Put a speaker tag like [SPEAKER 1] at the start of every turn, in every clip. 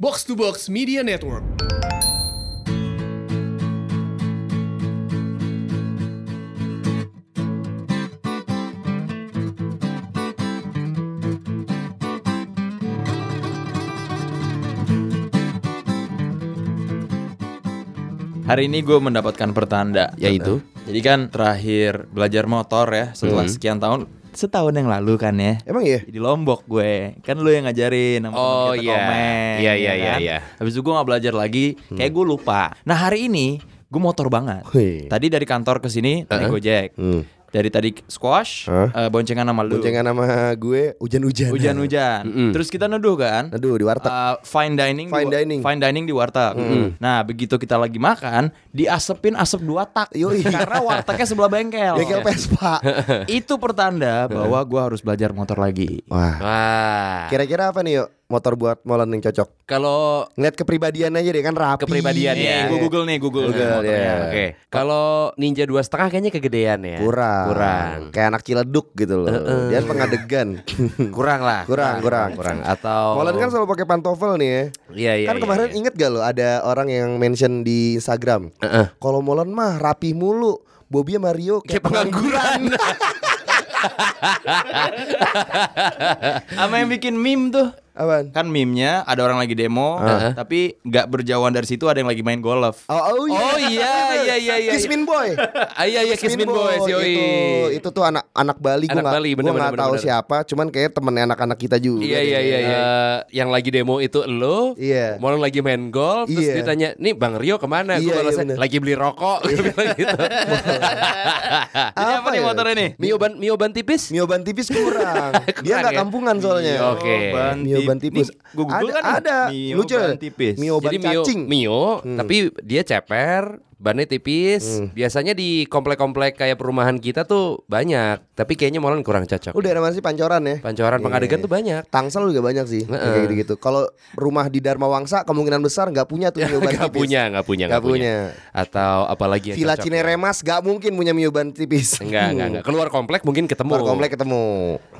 [SPEAKER 1] Box to Box Media Network.
[SPEAKER 2] Hari ini gue mendapatkan pertanda
[SPEAKER 3] Ya
[SPEAKER 2] yaitu jadi kan terakhir belajar motor ya setelah
[SPEAKER 3] Hmm.
[SPEAKER 2] sekian tahun setahun yang lalu kan ya
[SPEAKER 3] Emang iya?
[SPEAKER 2] di Lombok gue kan lu yang ngajarin sama teman
[SPEAKER 3] Oh,
[SPEAKER 2] kita
[SPEAKER 3] iya.
[SPEAKER 2] komen,
[SPEAKER 3] Iya,
[SPEAKER 2] ya
[SPEAKER 3] iya, iya,
[SPEAKER 2] kan?
[SPEAKER 3] iya. Hmm.
[SPEAKER 2] habis itu gue nggak belajar lagi kayak gue lupa nah hari ini gue motor banget
[SPEAKER 3] Wih.
[SPEAKER 2] tadi dari kantor ke sini naik gojek
[SPEAKER 3] Hmm.
[SPEAKER 2] dari tadi squash
[SPEAKER 3] Huh?
[SPEAKER 2] eh, boncengan sama lu
[SPEAKER 3] Boncengan sama gue hujan-hujan.
[SPEAKER 2] hujan-hujan terus kita neduh kan
[SPEAKER 3] Aduh di warteg.
[SPEAKER 2] Uh, fine dining
[SPEAKER 3] Fine
[SPEAKER 2] di,
[SPEAKER 3] dining.
[SPEAKER 2] fine dining di warteg. Nah, begitu kita lagi makan, diasepin asap dua tak.
[SPEAKER 3] Yoi.
[SPEAKER 2] Karena wartegnya sebelah bengkel.
[SPEAKER 3] Bengkel
[SPEAKER 4] Oh,
[SPEAKER 3] Vespa.
[SPEAKER 4] iya.
[SPEAKER 2] Itu pertanda bahwa gua harus belajar motor lagi.
[SPEAKER 3] Wah.
[SPEAKER 4] Wah,
[SPEAKER 3] Kira-kira apa nih yuk motor buat molen yang cocok?
[SPEAKER 4] kalau
[SPEAKER 3] Ngeliat kepribadian aja deh kan rapi. Iya.
[SPEAKER 4] Kepribadian
[SPEAKER 2] Nih,
[SPEAKER 4] ya.
[SPEAKER 2] gua Google nih, Google.
[SPEAKER 3] Google,
[SPEAKER 2] nih motornya.
[SPEAKER 3] ya.
[SPEAKER 4] oke, Iya, kalau Ninja dua setengah kayaknya kegedean ya.
[SPEAKER 3] Kurang.
[SPEAKER 4] kurang,
[SPEAKER 3] Kayak anak ciledug gitu loh. Dia pengadegan.
[SPEAKER 4] kurang lah.
[SPEAKER 3] Kurang, kurang.
[SPEAKER 4] kurang. Atau
[SPEAKER 3] Molen kan selalu pakai pantofel nih ya.
[SPEAKER 4] Iya, Oh. iya.
[SPEAKER 3] kan
[SPEAKER 4] iya,
[SPEAKER 3] kemarin
[SPEAKER 4] iya.
[SPEAKER 3] inget gak lo ada orang yang mention di Instagram. Kalau molen mah rapi mulu. Bobby sama Rio kayak pengangguran.
[SPEAKER 2] Sama yang bikin meme tuh.
[SPEAKER 3] Apaan?
[SPEAKER 2] Kan meme-nya ada orang lagi demo,
[SPEAKER 3] Ah.
[SPEAKER 2] tapi nggak berjauhan dari situ ada yang lagi main golf.
[SPEAKER 3] Oh, oh iya.
[SPEAKER 4] Oh, iya, iya, iya, iya.
[SPEAKER 3] Kismin Boy.
[SPEAKER 4] Ah, iya iya Kismin Boys, yoi.
[SPEAKER 3] Itu, itu tuh anak anak Bali gue
[SPEAKER 4] Anak
[SPEAKER 3] nggak
[SPEAKER 4] Bali,
[SPEAKER 3] gue
[SPEAKER 4] bener,
[SPEAKER 3] nggak
[SPEAKER 4] bener,
[SPEAKER 3] tahu
[SPEAKER 4] bener.
[SPEAKER 3] siapa cuman kayaknya temennya anak-anak kita juga
[SPEAKER 4] Iya iya
[SPEAKER 3] deh.
[SPEAKER 4] iya iya. Eh, yang lagi demo itu lo,
[SPEAKER 3] Iya.
[SPEAKER 4] Molen lagi main golf, terus
[SPEAKER 3] Iya.
[SPEAKER 4] ditanya, nih Bang Rio kemana?
[SPEAKER 3] Iya,
[SPEAKER 4] Gue
[SPEAKER 3] iya,
[SPEAKER 4] balasnya,
[SPEAKER 3] bener.
[SPEAKER 4] lagi beli rokok. Gua bilang gitu.
[SPEAKER 2] Ini apa nih
[SPEAKER 3] ya?
[SPEAKER 2] motornya nih?
[SPEAKER 4] Mio ban Mio ban tipis?
[SPEAKER 3] Mioban tipis kurang dia
[SPEAKER 4] Kurang
[SPEAKER 3] nggak
[SPEAKER 4] ya?
[SPEAKER 3] kampungan soalnya
[SPEAKER 4] Iya, oke.
[SPEAKER 2] Ban
[SPEAKER 3] Mioban
[SPEAKER 2] tip-
[SPEAKER 3] tipis
[SPEAKER 2] Nih, gua Google kan
[SPEAKER 3] ada,
[SPEAKER 2] nih.
[SPEAKER 3] ada.
[SPEAKER 2] Mio
[SPEAKER 3] lucu
[SPEAKER 2] ban tipis.
[SPEAKER 3] Mioban
[SPEAKER 4] Jadi Mio,
[SPEAKER 3] cacing Hmm.
[SPEAKER 4] Mio tapi dia ceper, bannya tipis. Biasanya di komplek-komplek kayak perumahan kita tuh banyak, tapi kayaknya Molen kurang cocok.
[SPEAKER 3] udah ada mana sih pancoran ya Oh,
[SPEAKER 4] Pancoran
[SPEAKER 3] Iya.
[SPEAKER 4] pengadegan tuh banyak.
[SPEAKER 3] Tangsel juga banyak sih yang kayak gitu-gitu. Kalau rumah di Dharma Wangsa kemungkinan besar nggak punya tuh Mioban Iya, tipis.
[SPEAKER 4] Gak punya, gak punya,
[SPEAKER 3] Nggak
[SPEAKER 4] gak
[SPEAKER 3] punya.
[SPEAKER 4] punya. Atau apalagi yang
[SPEAKER 3] Villa
[SPEAKER 4] cocok?
[SPEAKER 3] Cineremas nggak mungkin punya Mioban tipis.
[SPEAKER 4] Enggak, enggak, enggak. Keluar komplek mungkin ketemu.
[SPEAKER 3] Luar komplek ketemu.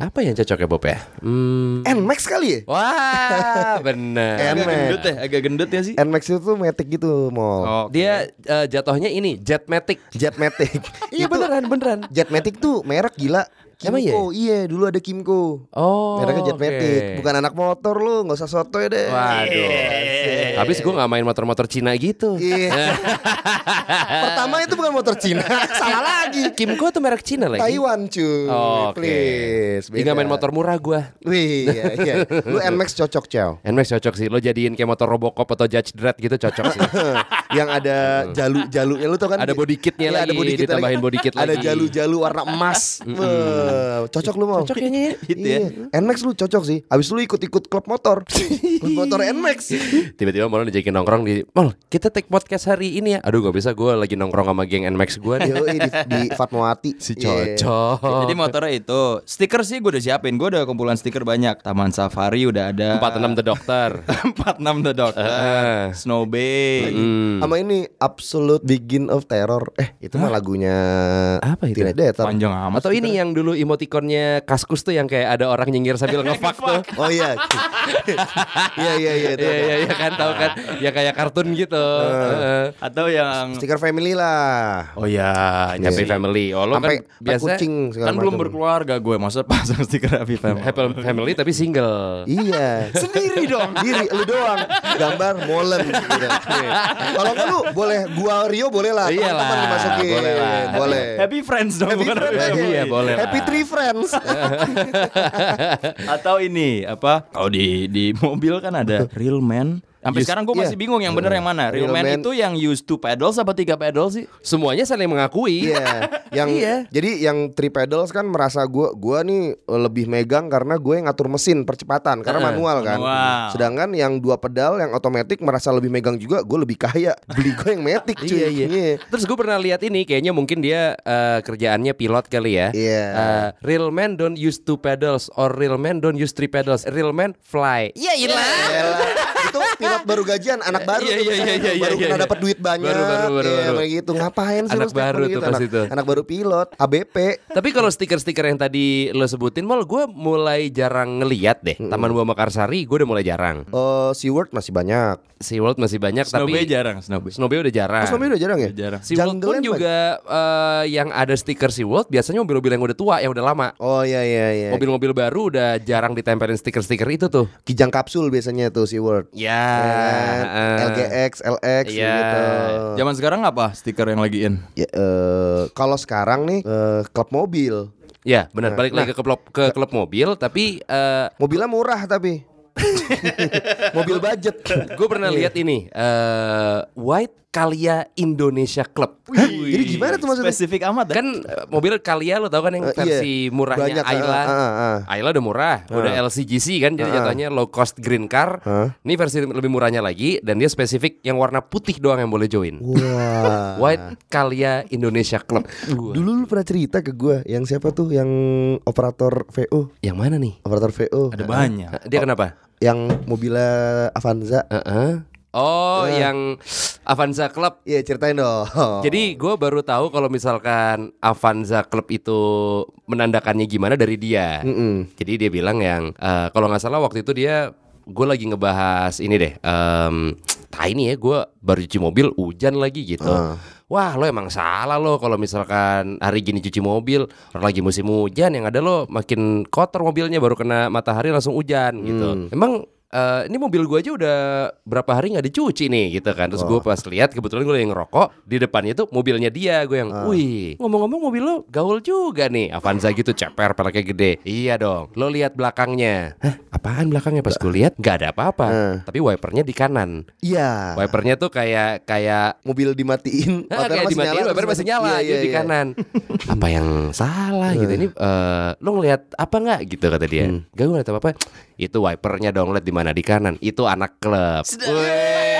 [SPEAKER 4] Apa yang cocok ya Bob ya? Hmm.
[SPEAKER 3] Nmax kali ya?
[SPEAKER 4] Wah, bener.
[SPEAKER 2] Agak
[SPEAKER 3] Nmax.
[SPEAKER 2] gendut ya, agak gendut ya sih?
[SPEAKER 3] Nmax itu metik gitu
[SPEAKER 4] Oh,
[SPEAKER 3] mall.
[SPEAKER 2] Oke.
[SPEAKER 4] Dia eh, jatuhnya ini Jetmatic.
[SPEAKER 3] Jetmatic. Gitu.
[SPEAKER 4] Iya
[SPEAKER 3] Itu-
[SPEAKER 4] beneran, beneran.
[SPEAKER 3] Jetmatic tuh merek gila. Kimco,
[SPEAKER 4] Emang iya?
[SPEAKER 3] iya dulu ada Kimco.
[SPEAKER 4] Oh.
[SPEAKER 3] Mereknya
[SPEAKER 4] oke.
[SPEAKER 3] Jetmatic, bukan anak motor lu, nggak usah sotoy deh.
[SPEAKER 4] Waduh. Habis gue nggak main motor-motor Cina gitu.
[SPEAKER 3] Iya. Pertama itu bukan motor Cina, salah lagi.
[SPEAKER 4] Kimco tuh merek Cina lagi.
[SPEAKER 3] Taiwan cuy,
[SPEAKER 4] Oh, Oke.
[SPEAKER 3] please.
[SPEAKER 4] Ih, nggak main motor murah gue.
[SPEAKER 3] Wih, iya, iya. Lu Nmax cocok Chow
[SPEAKER 4] Nmax cocok sih. Lo jadiin kayak motor Robocop atau Judge Dredd gitu cocok sih.
[SPEAKER 3] yang ada jalu-jalunya lu tau kan
[SPEAKER 4] Ada body kitnya
[SPEAKER 3] Iya,
[SPEAKER 4] lagi, ditambahin body kit
[SPEAKER 3] ada
[SPEAKER 4] lagi.
[SPEAKER 3] jalu-jalu warna emas Wah, cocok lu mau
[SPEAKER 4] Cocok kayaknya ya.
[SPEAKER 2] Gitu ya.
[SPEAKER 3] Iya. Nmax lu cocok sih. Habis lu ikut-ikut klub motor. klub motor Nmax.
[SPEAKER 4] Tiba-tiba malah dijakin nongkrong di Mol, kita take podcast hari ini ya Aduh gak bisa gue lagi nongkrong sama geng Nmax gue nih
[SPEAKER 3] Yoi di, di Fatmawati.
[SPEAKER 4] Si
[SPEAKER 3] Iya.
[SPEAKER 4] cocok
[SPEAKER 2] Jadi motornya itu Stiker sih gue udah siapin Gue udah kumpulan stiker banyak Taman Safari udah ada
[SPEAKER 4] Empat enam the dokter
[SPEAKER 2] 46 The Doctor
[SPEAKER 4] Heeh. Hmm.
[SPEAKER 2] Snow Bay
[SPEAKER 3] Iya. Sama ini Absolute Begin of Terror. Eh, itu mah lagunya
[SPEAKER 4] Apa itu?
[SPEAKER 3] Teenage Death.
[SPEAKER 2] Panjang amat
[SPEAKER 4] Atau ini yang dulu emotikonnya Kaskus tuh yang kayak ada orang nyengir sambil ngefuck tuh
[SPEAKER 3] Oh iya. Iya iya iya itu.
[SPEAKER 4] Iya iya iya kan tahu kan Ya kayak kartun gitu Heeh.
[SPEAKER 2] Atau yang
[SPEAKER 3] Stiker family lah.
[SPEAKER 2] Oh ya
[SPEAKER 4] Happy family Oh
[SPEAKER 3] Iya
[SPEAKER 4] lo
[SPEAKER 3] Sampai
[SPEAKER 4] kan biasa
[SPEAKER 3] kucing segala
[SPEAKER 2] Kan belum
[SPEAKER 3] macam.
[SPEAKER 2] berkeluarga gue Maksudnya pasang stiker Happy Family Nah,
[SPEAKER 4] Happy family tapi single
[SPEAKER 3] Iya. Sendiri dong. Diri lu doang. Gambar molen gitu. Kalau enggak lu boleh gua Rio boleh lah.
[SPEAKER 4] Iyalah,
[SPEAKER 3] Teman-teman dimasukin.
[SPEAKER 4] boleh lah.
[SPEAKER 3] Boleh.
[SPEAKER 2] Happy Friends dong bukan Happy
[SPEAKER 3] friends.
[SPEAKER 2] Family.
[SPEAKER 4] Iya, boleh lah. Iya.
[SPEAKER 3] Happy Three Friends.
[SPEAKER 2] Atau ini Apa Oh di di mobil kan ada Real Man Sampai
[SPEAKER 3] Used-
[SPEAKER 2] sekarang gue masih
[SPEAKER 3] iya.
[SPEAKER 2] bingung yang bener yang mana Real,
[SPEAKER 3] Real
[SPEAKER 2] man,
[SPEAKER 3] Man-
[SPEAKER 2] itu yang used to pedals apa tiga pedals sih?
[SPEAKER 4] Semuanya saling mengakui
[SPEAKER 3] Iya, yang
[SPEAKER 4] Iya.
[SPEAKER 3] jadi yang three pedals kan merasa gua gua nih eh, lebih megang karena gue ngatur mesin percepatan
[SPEAKER 4] Eh,
[SPEAKER 3] karena manual kan.
[SPEAKER 2] manual.
[SPEAKER 3] Sedangkan yang dua pedal yang otomatis merasa lebih megang juga, gue lebih kaya. Beli gue yang matic cuy.
[SPEAKER 4] Iya, iya. Terus gue pernah lihat ini kayaknya mungkin dia eh, kerjaannya pilot kali ya.
[SPEAKER 3] Iya.
[SPEAKER 4] Eh, real men don't use two pedals or real men don't use three pedals. Real men fly. Iya ilah.
[SPEAKER 3] Elah, itu pilot Cepet baru gajian anak baru tuh
[SPEAKER 4] Iya, iya,
[SPEAKER 3] biasanya tuh,
[SPEAKER 4] iya, iya,
[SPEAKER 3] baru
[SPEAKER 4] iya,
[SPEAKER 3] pernah
[SPEAKER 4] iya.
[SPEAKER 3] dapat duit banyak
[SPEAKER 4] Baru, baru, baru,
[SPEAKER 3] iya,
[SPEAKER 4] baru.
[SPEAKER 3] kayak gitu ngapain sih lu
[SPEAKER 4] Anak
[SPEAKER 3] setiap
[SPEAKER 4] baru
[SPEAKER 3] hari
[SPEAKER 4] tuh
[SPEAKER 3] gitu?
[SPEAKER 4] pas
[SPEAKER 3] anak,
[SPEAKER 4] itu.
[SPEAKER 3] anak baru pilot ABP
[SPEAKER 4] Tapi kalau stiker-stiker yang tadi lo sebutin mal gue mulai jarang ngeliat deh. Taman Buah Mekarsari gue udah mulai jarang.
[SPEAKER 3] Eh SeaWorld masih banyak
[SPEAKER 4] SeaWorld masih banyak
[SPEAKER 2] Snowbay
[SPEAKER 4] tapi
[SPEAKER 2] jarang Snowbay.
[SPEAKER 4] Snowbay Ah, udah jarang.
[SPEAKER 3] Mas Tommy udah jarang ya?
[SPEAKER 2] Udah jarang.
[SPEAKER 4] SeaWorld pun
[SPEAKER 3] Jungleland banyak.
[SPEAKER 4] juga eh, yang ada stiker SeaWorld biasanya mobil-mobil yang udah tua yang udah lama.
[SPEAKER 3] Oh iya iya iya
[SPEAKER 4] Mobil-mobil baru udah jarang ditempelin stiker-stiker itu tuh.
[SPEAKER 3] Kijang kapsul biasanya tuh SeaWorld
[SPEAKER 4] Ya.
[SPEAKER 3] Kan?
[SPEAKER 4] eh.
[SPEAKER 3] LGX, LX
[SPEAKER 4] Iya.
[SPEAKER 3] gitu
[SPEAKER 2] Zaman sekarang apa stiker yang lagi in?
[SPEAKER 3] Ya, eh, Kalau sekarang nih eh, Klub mobil
[SPEAKER 4] Ya, benar. Balik
[SPEAKER 3] Nah.
[SPEAKER 4] lagi ke klub ke klub mobil, tapi eh,
[SPEAKER 3] Mobilnya murah tapi Mobil budget
[SPEAKER 4] gue pernah
[SPEAKER 3] Iya.
[SPEAKER 4] lihat ini eh, White Kalia Indonesia Club.
[SPEAKER 3] Jadi gimana tuh maksudnya?
[SPEAKER 2] Spesifik amat
[SPEAKER 4] Kan eh, mobil Kalia lo tau kan yang
[SPEAKER 3] Eh, iya.
[SPEAKER 4] versi murahnya
[SPEAKER 3] Banyak, eh,
[SPEAKER 4] Ayla.
[SPEAKER 3] eh, eh, eh.
[SPEAKER 4] Ah, Ayla udah murah, udah LCGC kan, jadi jatuhnya low cost green car.
[SPEAKER 3] Ah. Hah?
[SPEAKER 4] Ini versi lebih murahnya lagi dan dia spesifik yang warna putih doang yang boleh join.
[SPEAKER 3] Wah
[SPEAKER 4] White Kalia Indonesia Club. Duh,
[SPEAKER 3] Dulu lu pernah cerita ke gue yang siapa tuh yang operator VO,
[SPEAKER 4] yang mana nih?
[SPEAKER 3] operator VO.
[SPEAKER 2] Ada banyak.
[SPEAKER 3] Ah.
[SPEAKER 4] Eh, Dia kenapa?
[SPEAKER 3] Yang mobilnya Avanza.
[SPEAKER 4] Heeh.
[SPEAKER 3] Ah.
[SPEAKER 4] Oh, yang Avanza Club.
[SPEAKER 3] Iya, ceritain dong.
[SPEAKER 4] Jadi
[SPEAKER 3] Oh.
[SPEAKER 4] gue baru tahu kalau misalkan Avanza Club itu menandakannya gimana dari dia.
[SPEAKER 3] Mm-mm.
[SPEAKER 4] Jadi dia bilang yang eh, kalau nggak salah waktu itu dia gue lagi ngebahas ini deh. em, "Tah, ini ya gue baru cuci mobil hujan lagi gitu. Wah lo emang salah lo kalau misalkan hari gini cuci mobil orang lagi musim hujan yang ada lo makin kotor mobilnya baru kena matahari langsung hujan gitu. Emang eh, ini mobil gue aja udah berapa hari nggak dicuci nih gitu kan terus gue pas lihat kebetulan gue yang ngerokok di depannya tuh mobilnya dia gue yang wih ngomong-ngomong mobil lo gaul juga nih Avanza gitu ceper peleknya gede iya dong lo lihat belakangnya Hah, apaan belakangnya pas Ah. gue lihat nggak ada apa-apa tapi wipernya di kanan
[SPEAKER 3] Iya.
[SPEAKER 4] wipernya tuh kayak kayak
[SPEAKER 3] Mobil dimatiin,
[SPEAKER 4] Nah, kayak dimatiin
[SPEAKER 3] terus
[SPEAKER 4] wiper masih
[SPEAKER 3] Iya,
[SPEAKER 4] nyala gitu
[SPEAKER 3] iya,
[SPEAKER 4] di
[SPEAKER 3] iya.
[SPEAKER 4] kanan. apa yang salah gitu ini eh, lo ngelihat apa nggak gitu kata dia.
[SPEAKER 3] Hmm.
[SPEAKER 4] Gak gue ngeliat apa apa. Itu wipernya dong lihat di mana di kanan. Itu anak klub. Weh.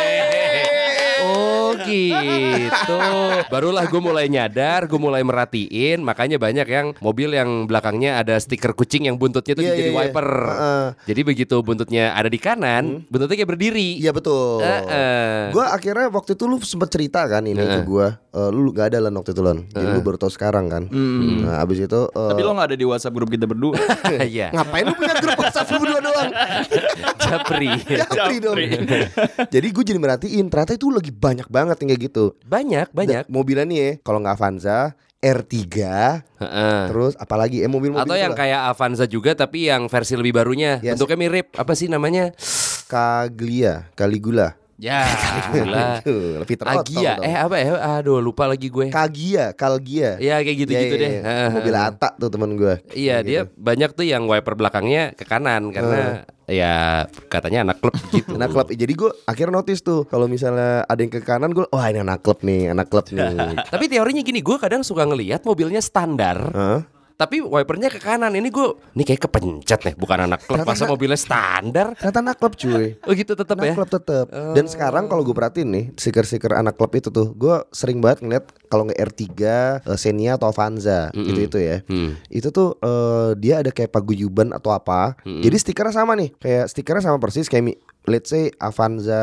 [SPEAKER 4] Oh gitu Barulah gue mulai nyadar Gue mulai merhatiin Makanya banyak yang Mobil yang belakangnya Ada stiker kucing Yang buntutnya tuh
[SPEAKER 3] Iya,
[SPEAKER 4] jadi
[SPEAKER 3] iya, iya.
[SPEAKER 4] wiper
[SPEAKER 3] Heeh. Hmm.
[SPEAKER 4] Jadi begitu buntutnya ada di kanan Buntutnya kayak berdiri
[SPEAKER 3] Iya betul.
[SPEAKER 4] Heeh.
[SPEAKER 3] Gue akhirnya waktu itu lu sempet cerita kan ini ke gue, lu gak ada lan waktu itu lan, jadi lu baru tau sekarang kan. Nah, abis itu eh,
[SPEAKER 2] Tapi lo gak ada di WhatsApp grup kita berdua.
[SPEAKER 4] Iya
[SPEAKER 3] ngapain lu punya grup WhatsApp lu berdua doang?
[SPEAKER 4] Japri
[SPEAKER 3] Japri dong. jadi gue jadi merhatiin, ternyata itu lagi banyak banget yang kayak gitu.
[SPEAKER 4] Banyak, banyak.
[SPEAKER 3] Da- Mobilnya nih ya, kalau nggak Avanza, R3,
[SPEAKER 4] Heeh.
[SPEAKER 3] terus apalagi eh mobil-mobil
[SPEAKER 4] Atau
[SPEAKER 3] itu
[SPEAKER 4] yang
[SPEAKER 3] lah.
[SPEAKER 4] kayak Avanza juga tapi yang versi lebih barunya.
[SPEAKER 3] Yes.
[SPEAKER 4] Bentuknya mirip. Apa sih namanya?
[SPEAKER 3] Kaglia, Caligula.
[SPEAKER 4] Ya, Caligula.
[SPEAKER 3] Aduh, Peter Ott,
[SPEAKER 4] Agia.
[SPEAKER 3] tau dong.
[SPEAKER 4] Eh apa ya? Aduh, lupa lagi gue.
[SPEAKER 3] Kagia, Kalgia.
[SPEAKER 4] Ya kayak gitu-gitu
[SPEAKER 3] Iya,
[SPEAKER 4] deh.
[SPEAKER 3] iya, iya.
[SPEAKER 4] Heeh.
[SPEAKER 3] Mobil Ata tuh teman gue.
[SPEAKER 4] Iya, dia
[SPEAKER 3] gitu.
[SPEAKER 4] banyak tuh yang wiper belakangnya ke kanan karena ya katanya anak klub gitu.
[SPEAKER 3] Anak klub. Jadi gue akhirnya notice tuh kalau misalnya ada yang ke kanan gue, wah ini anak klub nih, anak klub nih.
[SPEAKER 4] Tapi teorinya gini, gue kadang suka ngelihat mobilnya standar.
[SPEAKER 3] Hah?
[SPEAKER 4] Tapi wipernya ke kanan ini gue, ini kayak kepencet nih, bukan anak klub. Masa mobilnya standar?
[SPEAKER 3] Ternyata anak klub cuy.
[SPEAKER 4] Oh gitu tetap
[SPEAKER 3] Anak
[SPEAKER 4] ya?
[SPEAKER 3] klub tetep. Dan sekarang kalau gue perhatiin nih, stiker-stiker anak klub itu tuh, gue sering banget ngeliat kalau nggak R3, eh, Xenia atau Avanza, gitu itu ya.
[SPEAKER 4] Hmm.
[SPEAKER 3] Itu tuh eh, dia ada kayak paguyuban atau apa. Jadi stikernya sama nih, kayak stikernya sama persis kayak mi- let's say Avanza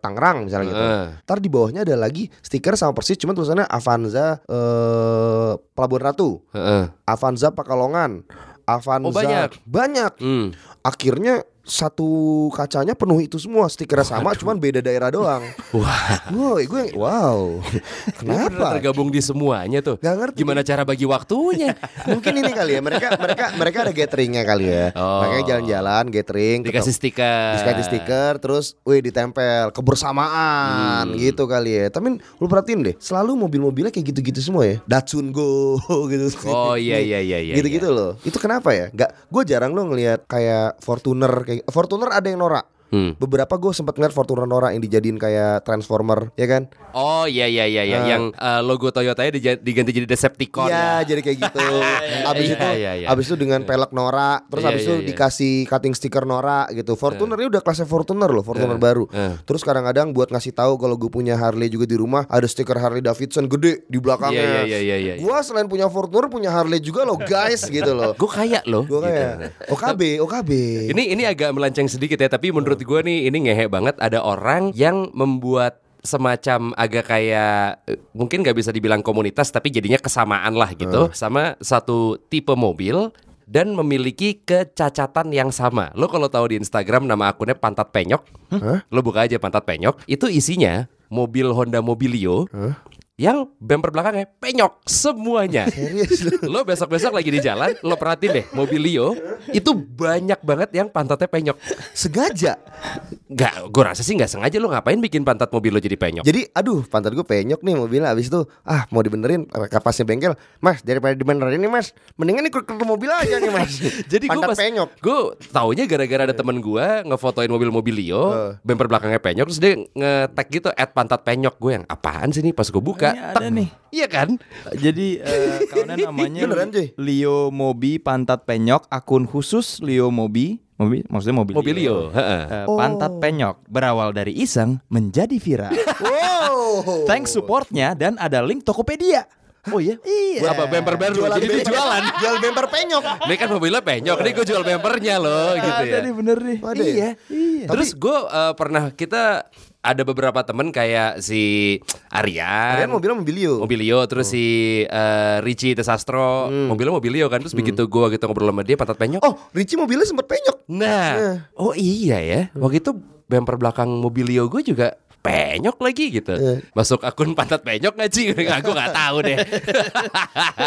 [SPEAKER 3] Tangerang misalnya gitu.
[SPEAKER 4] Heeh.
[SPEAKER 3] Ntar di bawahnya ada lagi stiker sama persis, cuman tulisannya Avanza eh, Pelabuhan Ratu,
[SPEAKER 4] Heeh.
[SPEAKER 3] Avanza Pakalongan, Avanza
[SPEAKER 4] Oh, banyak.
[SPEAKER 3] banyak
[SPEAKER 4] Hmm.
[SPEAKER 3] akhirnya satu kacanya penuh itu semua stikernya sama cuman beda daerah doang
[SPEAKER 4] Wah.
[SPEAKER 3] woi gue yang wow
[SPEAKER 4] Dia bener
[SPEAKER 3] kenapa
[SPEAKER 4] tergabung di semuanya tuh.
[SPEAKER 3] Gak ngerti.
[SPEAKER 4] Gimana cara bagi waktunya?
[SPEAKER 3] mungkin ini kali ya mereka mereka mereka ada gatheringnya kali ya
[SPEAKER 4] Oh.
[SPEAKER 3] makanya jalan-jalan gathering
[SPEAKER 4] Dikasih
[SPEAKER 3] ketemu-
[SPEAKER 4] stiker.
[SPEAKER 3] dikasih stiker terus wih ditempel kebersamaan
[SPEAKER 4] Hmm.
[SPEAKER 3] gitu kali ya tapi lu perhatiin deh selalu mobil-mobilnya kayak gitu-gitu semua ya Datsun Go gitu
[SPEAKER 4] Oh iya iya iya iya.
[SPEAKER 3] gitu-gitu loh itu kenapa ya nggak gue jarang lo ngelihat kayak Fortuner kayak Fortuner ada yang norak
[SPEAKER 4] iya. Hmm.
[SPEAKER 3] Beberapa gue sempat ngeliat Fortuner Nora yang dijadiin kayak Transformer, ya kan?
[SPEAKER 4] Oh iya iya iya iya. yang eh, logo Toyota-nya dija- diganti jadi Decepticon.
[SPEAKER 3] Ah. Iya, jadi kayak gitu. Abis
[SPEAKER 4] ya. iya,
[SPEAKER 3] itu,
[SPEAKER 4] iya, iya.
[SPEAKER 3] abis itu dengan pelek Nora, terus
[SPEAKER 4] Iya,
[SPEAKER 3] abis
[SPEAKER 4] iya,
[SPEAKER 3] itu
[SPEAKER 4] iya.
[SPEAKER 3] dikasih cutting sticker Nora gitu. Fortuner ini udah kelasnya Fortuner loh, Fortuner baru.
[SPEAKER 4] eh.
[SPEAKER 3] Terus kadang-kadang buat ngasih tahu kalau gue punya Harley juga di rumah, ada stiker Harley Davidson gede di belakangnya.
[SPEAKER 4] Iya, iya, iya, iya, iya.
[SPEAKER 3] Gue selain punya Fortuner, punya Harley juga loh, guys gitu loh.
[SPEAKER 4] Gue kaya loh.
[SPEAKER 3] Gue
[SPEAKER 4] gitu.
[SPEAKER 3] kayak OKB, OKB. Iya.
[SPEAKER 4] Ini ini agak melenceng sedikit ya, tapi menurut menurut gue nih ini ngehe banget ada orang yang membuat semacam agak kayak eh, mungkin nggak bisa dibilang komunitas tapi jadinya kesamaan lah gitu sama satu tipe mobil dan memiliki kecacatan yang sama. Lo kalau tahu di Instagram nama akunnya Pantat Penyok, lo buka aja Pantat Penyok. Itu isinya mobil Honda Mobilio yang bumper belakangnya penyok semuanya. lo besok-besok lagi di jalan, lo perhatiin deh, mobilio itu banyak banget yang pantatnya penyok.
[SPEAKER 3] Sengaja.
[SPEAKER 4] Gak, gue rasa sih nggak sengaja lo ngapain bikin pantat mobil lo jadi penyok.
[SPEAKER 3] Jadi aduh pantat gue penyok nih mobilnya Abis itu ah mau dibenerin kapasnya bengkel Mas daripada dibenerin nih mas Mendingan ikut ke mobil aja nih mas
[SPEAKER 4] Jadi gue
[SPEAKER 3] Pantat
[SPEAKER 4] pas
[SPEAKER 3] penyok
[SPEAKER 4] Gue taunya gara-gara ada temen gue ngefotoin mobil mobilio, bumper belakangnya penyok, terus dia nge-tag gitu at pantat penyok gue yang apaan sih nih pas gue buka.
[SPEAKER 2] Ini
[SPEAKER 4] tek,
[SPEAKER 2] ada nih.
[SPEAKER 4] Iya kan?
[SPEAKER 2] Jadi eh, kawannya namanya
[SPEAKER 3] Beneran, cuy.
[SPEAKER 2] Leo Mobi Pantat Penyok akun khusus Leo Mobi Mobi maksudnya Mobilio,
[SPEAKER 4] Mobilio, heeh.
[SPEAKER 2] Eh,
[SPEAKER 3] Oh.
[SPEAKER 2] Pantat Penyok berawal dari iseng menjadi viral.
[SPEAKER 3] Oh. Wow
[SPEAKER 2] Thanks supportnya dan ada link Tokopedia. Oh iya? Iya.
[SPEAKER 4] Apa bumper baru? Jadi dia jualan.
[SPEAKER 3] Jual bemper penyok
[SPEAKER 4] Ini kan mobilnya penyok, ini gue jual bumpernya loh gitu
[SPEAKER 2] Ada
[SPEAKER 4] ya.
[SPEAKER 2] nih bener nih.
[SPEAKER 3] Ada ya?
[SPEAKER 2] Iya. Iya.
[SPEAKER 4] Terus gue pernah kita ada beberapa temen kayak si Aryan,
[SPEAKER 3] Kalian mobilnya mobilio
[SPEAKER 4] Mobilio, terus si eh, Richie Desastro, mobilnya Mobilio kan. Terus begitu gue gitu ngobrol sama dia pantat penyok.
[SPEAKER 3] Oh Ricci mobilnya sempet penyok
[SPEAKER 4] nah, oh iya ya. Waktu itu bumper belakang Mobilio gue juga penyok lagi gitu. Masuk akun pantat penyok nggak sih? Aku nggak tahu deh.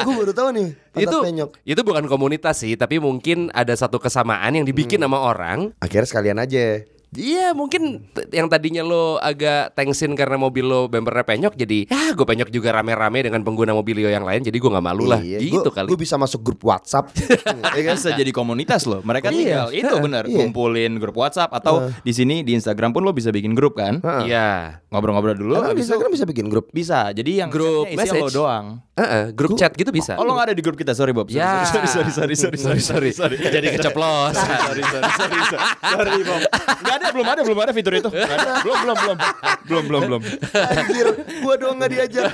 [SPEAKER 3] Gue baru tahu nih Pantat
[SPEAKER 4] itu
[SPEAKER 3] penyok
[SPEAKER 4] itu bukan komunitas sih, tapi mungkin ada satu kesamaan yang dibikin sama orang
[SPEAKER 3] Akhirnya sekalian aja
[SPEAKER 4] Iya mungkin t- yang tadinya lo agak tengsin karena mobil lo bempernya penyok jadi ah gue penyok juga rame-rame dengan pengguna mobilio yang lain jadi gue nggak malu lah
[SPEAKER 2] Iya,
[SPEAKER 4] gitu kali.
[SPEAKER 3] Gue Iya, bisa masuk grup WhatsApp Iya
[SPEAKER 2] Kan
[SPEAKER 3] kan?
[SPEAKER 2] bisa jadi komunitas loh. Mereka tinggal itu bener
[SPEAKER 3] Iya.
[SPEAKER 2] kumpulin grup WhatsApp atau di sini di Instagram pun lo bisa bikin grup kan?
[SPEAKER 3] Heeh.
[SPEAKER 4] Iya.
[SPEAKER 2] Ngobrol-ngobrol dulu
[SPEAKER 3] Emang
[SPEAKER 2] habis itu
[SPEAKER 3] Instagram Kan bisa bikin grup
[SPEAKER 2] bisa. Jadi yang
[SPEAKER 4] Grup
[SPEAKER 2] chatnya isinya lo
[SPEAKER 4] message.
[SPEAKER 2] doang.
[SPEAKER 4] Heeh, grup chat gitu bisa.
[SPEAKER 2] Oh, lo gak ada di grup kita. Sorry Bob. Sorry,
[SPEAKER 4] Ya.
[SPEAKER 2] Sorry sorry sorry sorry sorry sorry. sorry.
[SPEAKER 4] jadi keceplos.
[SPEAKER 2] Sorry, sorry, sorry, sorry, sorry, Bob. Gak ada, belum ada, belum ada fitur itu. Nggak ada. Belum, belum, belum, belum, belum, belum.
[SPEAKER 3] Anjir Gue doang gak diajak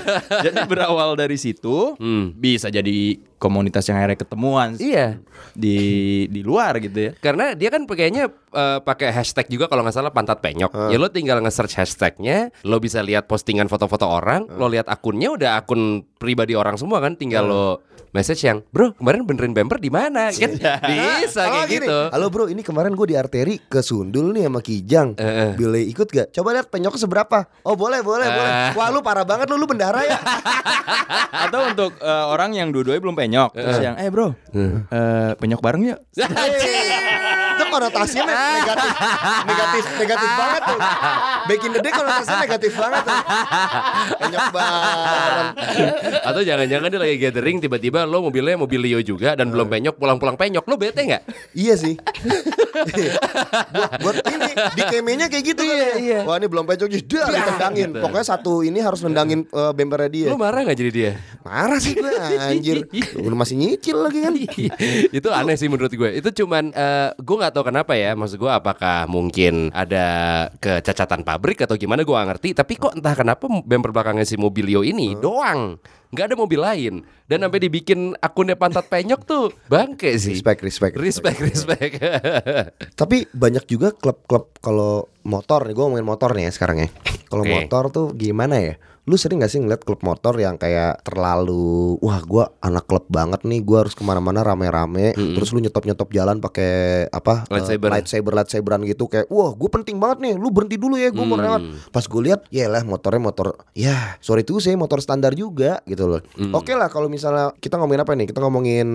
[SPEAKER 2] Jadi berawal dari situ bisa jadi komunitas yang akhirnya ketemuan
[SPEAKER 4] iya.
[SPEAKER 2] di di luar gitu ya.
[SPEAKER 4] Karena dia kan pakainya eh, pakai hashtag juga kalau nggak salah pantat penyok. Ya lo tinggal nge-search hashtagnya, lo bisa lihat postingan foto-foto orang, lo lihat akunnya udah akun pribadi orang semua kan, tinggal lo message yang bro kemarin benerin bemper di mana
[SPEAKER 2] Iya.
[SPEAKER 4] kan bisa
[SPEAKER 3] Kalau
[SPEAKER 4] kayak
[SPEAKER 3] Ah, gini,
[SPEAKER 4] gitu.
[SPEAKER 3] Halo bro, ini kemarin gue di arteri ke Sundul nih sama Kijang. Boleh ikut gak? Coba lihat penyoknya seberapa. Oh boleh,
[SPEAKER 4] Ah.
[SPEAKER 3] boleh, boleh. Wah lu parah banget lu, lu bendara ya.
[SPEAKER 2] Atau untuk eh, orang yang dua-duanya belum penyok, terus yang eh bro, eh, penyok bareng yuk.
[SPEAKER 3] Itu konotasinya ne- negatif, negatif, negatif banget tuh. Back in the day konotasinya negatif banget tuh. Penyok bareng.
[SPEAKER 4] Atau jangan-jangan dia lagi gathering tiba-tiba lo mobilnya mobilio juga dan belum penyok pulang-pulang penyok lo bete nggak?
[SPEAKER 3] Iya sih. buat, buat ini di kemenya kayak gitu kan.
[SPEAKER 4] Iya,
[SPEAKER 3] ya. Wah ini belum penyok, jadi dar, ditendangin.
[SPEAKER 4] Gitu.
[SPEAKER 3] Pokoknya satu ini harus nendangin eh, bempernya dia.
[SPEAKER 4] Lo marah nggak jadi dia?
[SPEAKER 3] Marah sih gue anjir. Lu masih nyicil lagi kan.
[SPEAKER 4] itu aneh sih menurut gue. Itu cuman eh, gue nggak tahu kenapa ya. Maksud gue apakah mungkin ada kecacatan pabrik atau gimana gue nggak ngerti. Tapi kok entah kenapa bumper belakangnya si mobilio ini doang nggak ada mobil lain dan sampai dibikin akunnya pantat penyok tuh bangke sih.
[SPEAKER 3] Respect, respect.
[SPEAKER 4] Respect, respect.
[SPEAKER 3] Tapi banyak juga klub-klub kalau motor nih, gue ngomongin motor nih ya sekarang ya. Kalau
[SPEAKER 4] Oke.
[SPEAKER 3] motor tuh gimana ya? Lu sering gak sih ngeliat klub motor yang kayak terlalu wah gua anak klub banget nih, gua harus kemana-mana rame-rame. Terus lu nyetop-nyetop jalan pakai apa? eh,
[SPEAKER 4] Lightsaber.
[SPEAKER 3] lightsaber, lightsaberan gitu kayak wah gue penting banget nih, lu berhenti dulu ya, gue mau lewat. Pas gue lihat, ya lah motornya motor, ya sorry tuh saya motor standar juga gitu loh. Oke lah kalau misalnya kita ngomongin apa nih? Kita ngomongin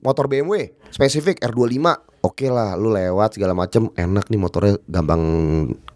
[SPEAKER 3] motor BMW spesifik R25 oke lah lu lewat segala macem enak nih motornya gampang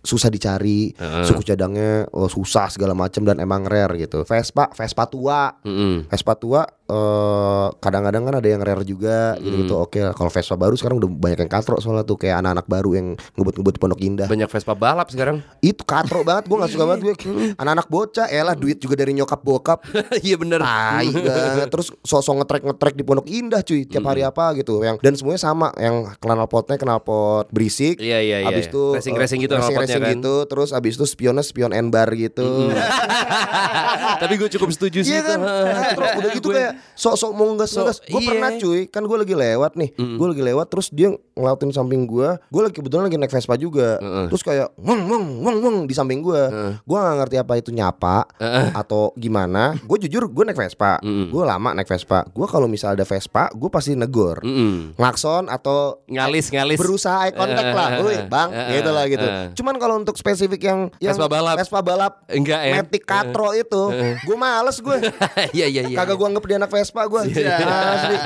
[SPEAKER 3] susah dicari suku cadangnya oh, susah segala macem dan emang rare gitu Vespa Vespa tua
[SPEAKER 4] Mm-mm.
[SPEAKER 3] Vespa tua eh, kadang-kadang kan ada yang rare juga gitu gitu
[SPEAKER 4] Hmm.
[SPEAKER 3] oke lah kalau Vespa baru sekarang udah banyak yang katro soalnya tuh kayak anak-anak baru yang ngebut-ngebut di pondok indah
[SPEAKER 4] Banyak Vespa balap sekarang.
[SPEAKER 3] itu katro banget gue nggak suka banget gue anak-anak bocah elah duit juga dari nyokap bokap
[SPEAKER 4] Iya bener.
[SPEAKER 3] Tai banget. Terus sosok ngetrek ngetrek di Pondok Indah cuy tiap hari
[SPEAKER 4] Hmm.
[SPEAKER 3] apa gitu. Yang dan semuanya sama. Yang knalpotnya knalpot berisik.
[SPEAKER 4] Iya, iya, iya,
[SPEAKER 3] Abis eh,
[SPEAKER 4] iya.
[SPEAKER 3] itu
[SPEAKER 4] Racing-racing gitu
[SPEAKER 3] racing
[SPEAKER 4] knalpotnya kan.
[SPEAKER 3] gitu. Terus abis itu spionnya spion bar gitu.
[SPEAKER 4] gitu. Tapi gue cukup setuju sih
[SPEAKER 3] Iya
[SPEAKER 4] itu.
[SPEAKER 3] kan? Nah, terus udah gitu kayak sok-sok mau ngegas
[SPEAKER 4] So,
[SPEAKER 3] ngegas. Gue
[SPEAKER 4] iya.
[SPEAKER 3] pernah cuy, kan gue lagi lewat nih. Gue lagi lewat terus dia ngelautin samping gue. Gue lagi kebetulan lagi naik Vespa juga. Terus kayak wong wong wong wong di samping gue. Gue nggak ngerti apa itu nyapa atau gimana. Gue jujur gue naik Vespa. Gue lama naik Vespa. Gue kalau misal ada Vespa, gue pasti negor.
[SPEAKER 4] Mm-mm.
[SPEAKER 3] Ngelakson atau
[SPEAKER 4] Ngalis ngalis.
[SPEAKER 3] berusaha eye contact lah,
[SPEAKER 4] Eh,
[SPEAKER 3] woi bang,
[SPEAKER 4] eh,
[SPEAKER 3] gitu lah gitu.
[SPEAKER 4] eh.
[SPEAKER 3] Cuman kalau untuk spesifik yang, yang
[SPEAKER 4] Vespa balap.
[SPEAKER 3] Vespa balap,
[SPEAKER 4] Enggak ya.
[SPEAKER 3] Matic Katro itu, gue males gue.
[SPEAKER 4] Iya iya iya.
[SPEAKER 3] Kagak gua anggap dia anak Vespa gua. Asli.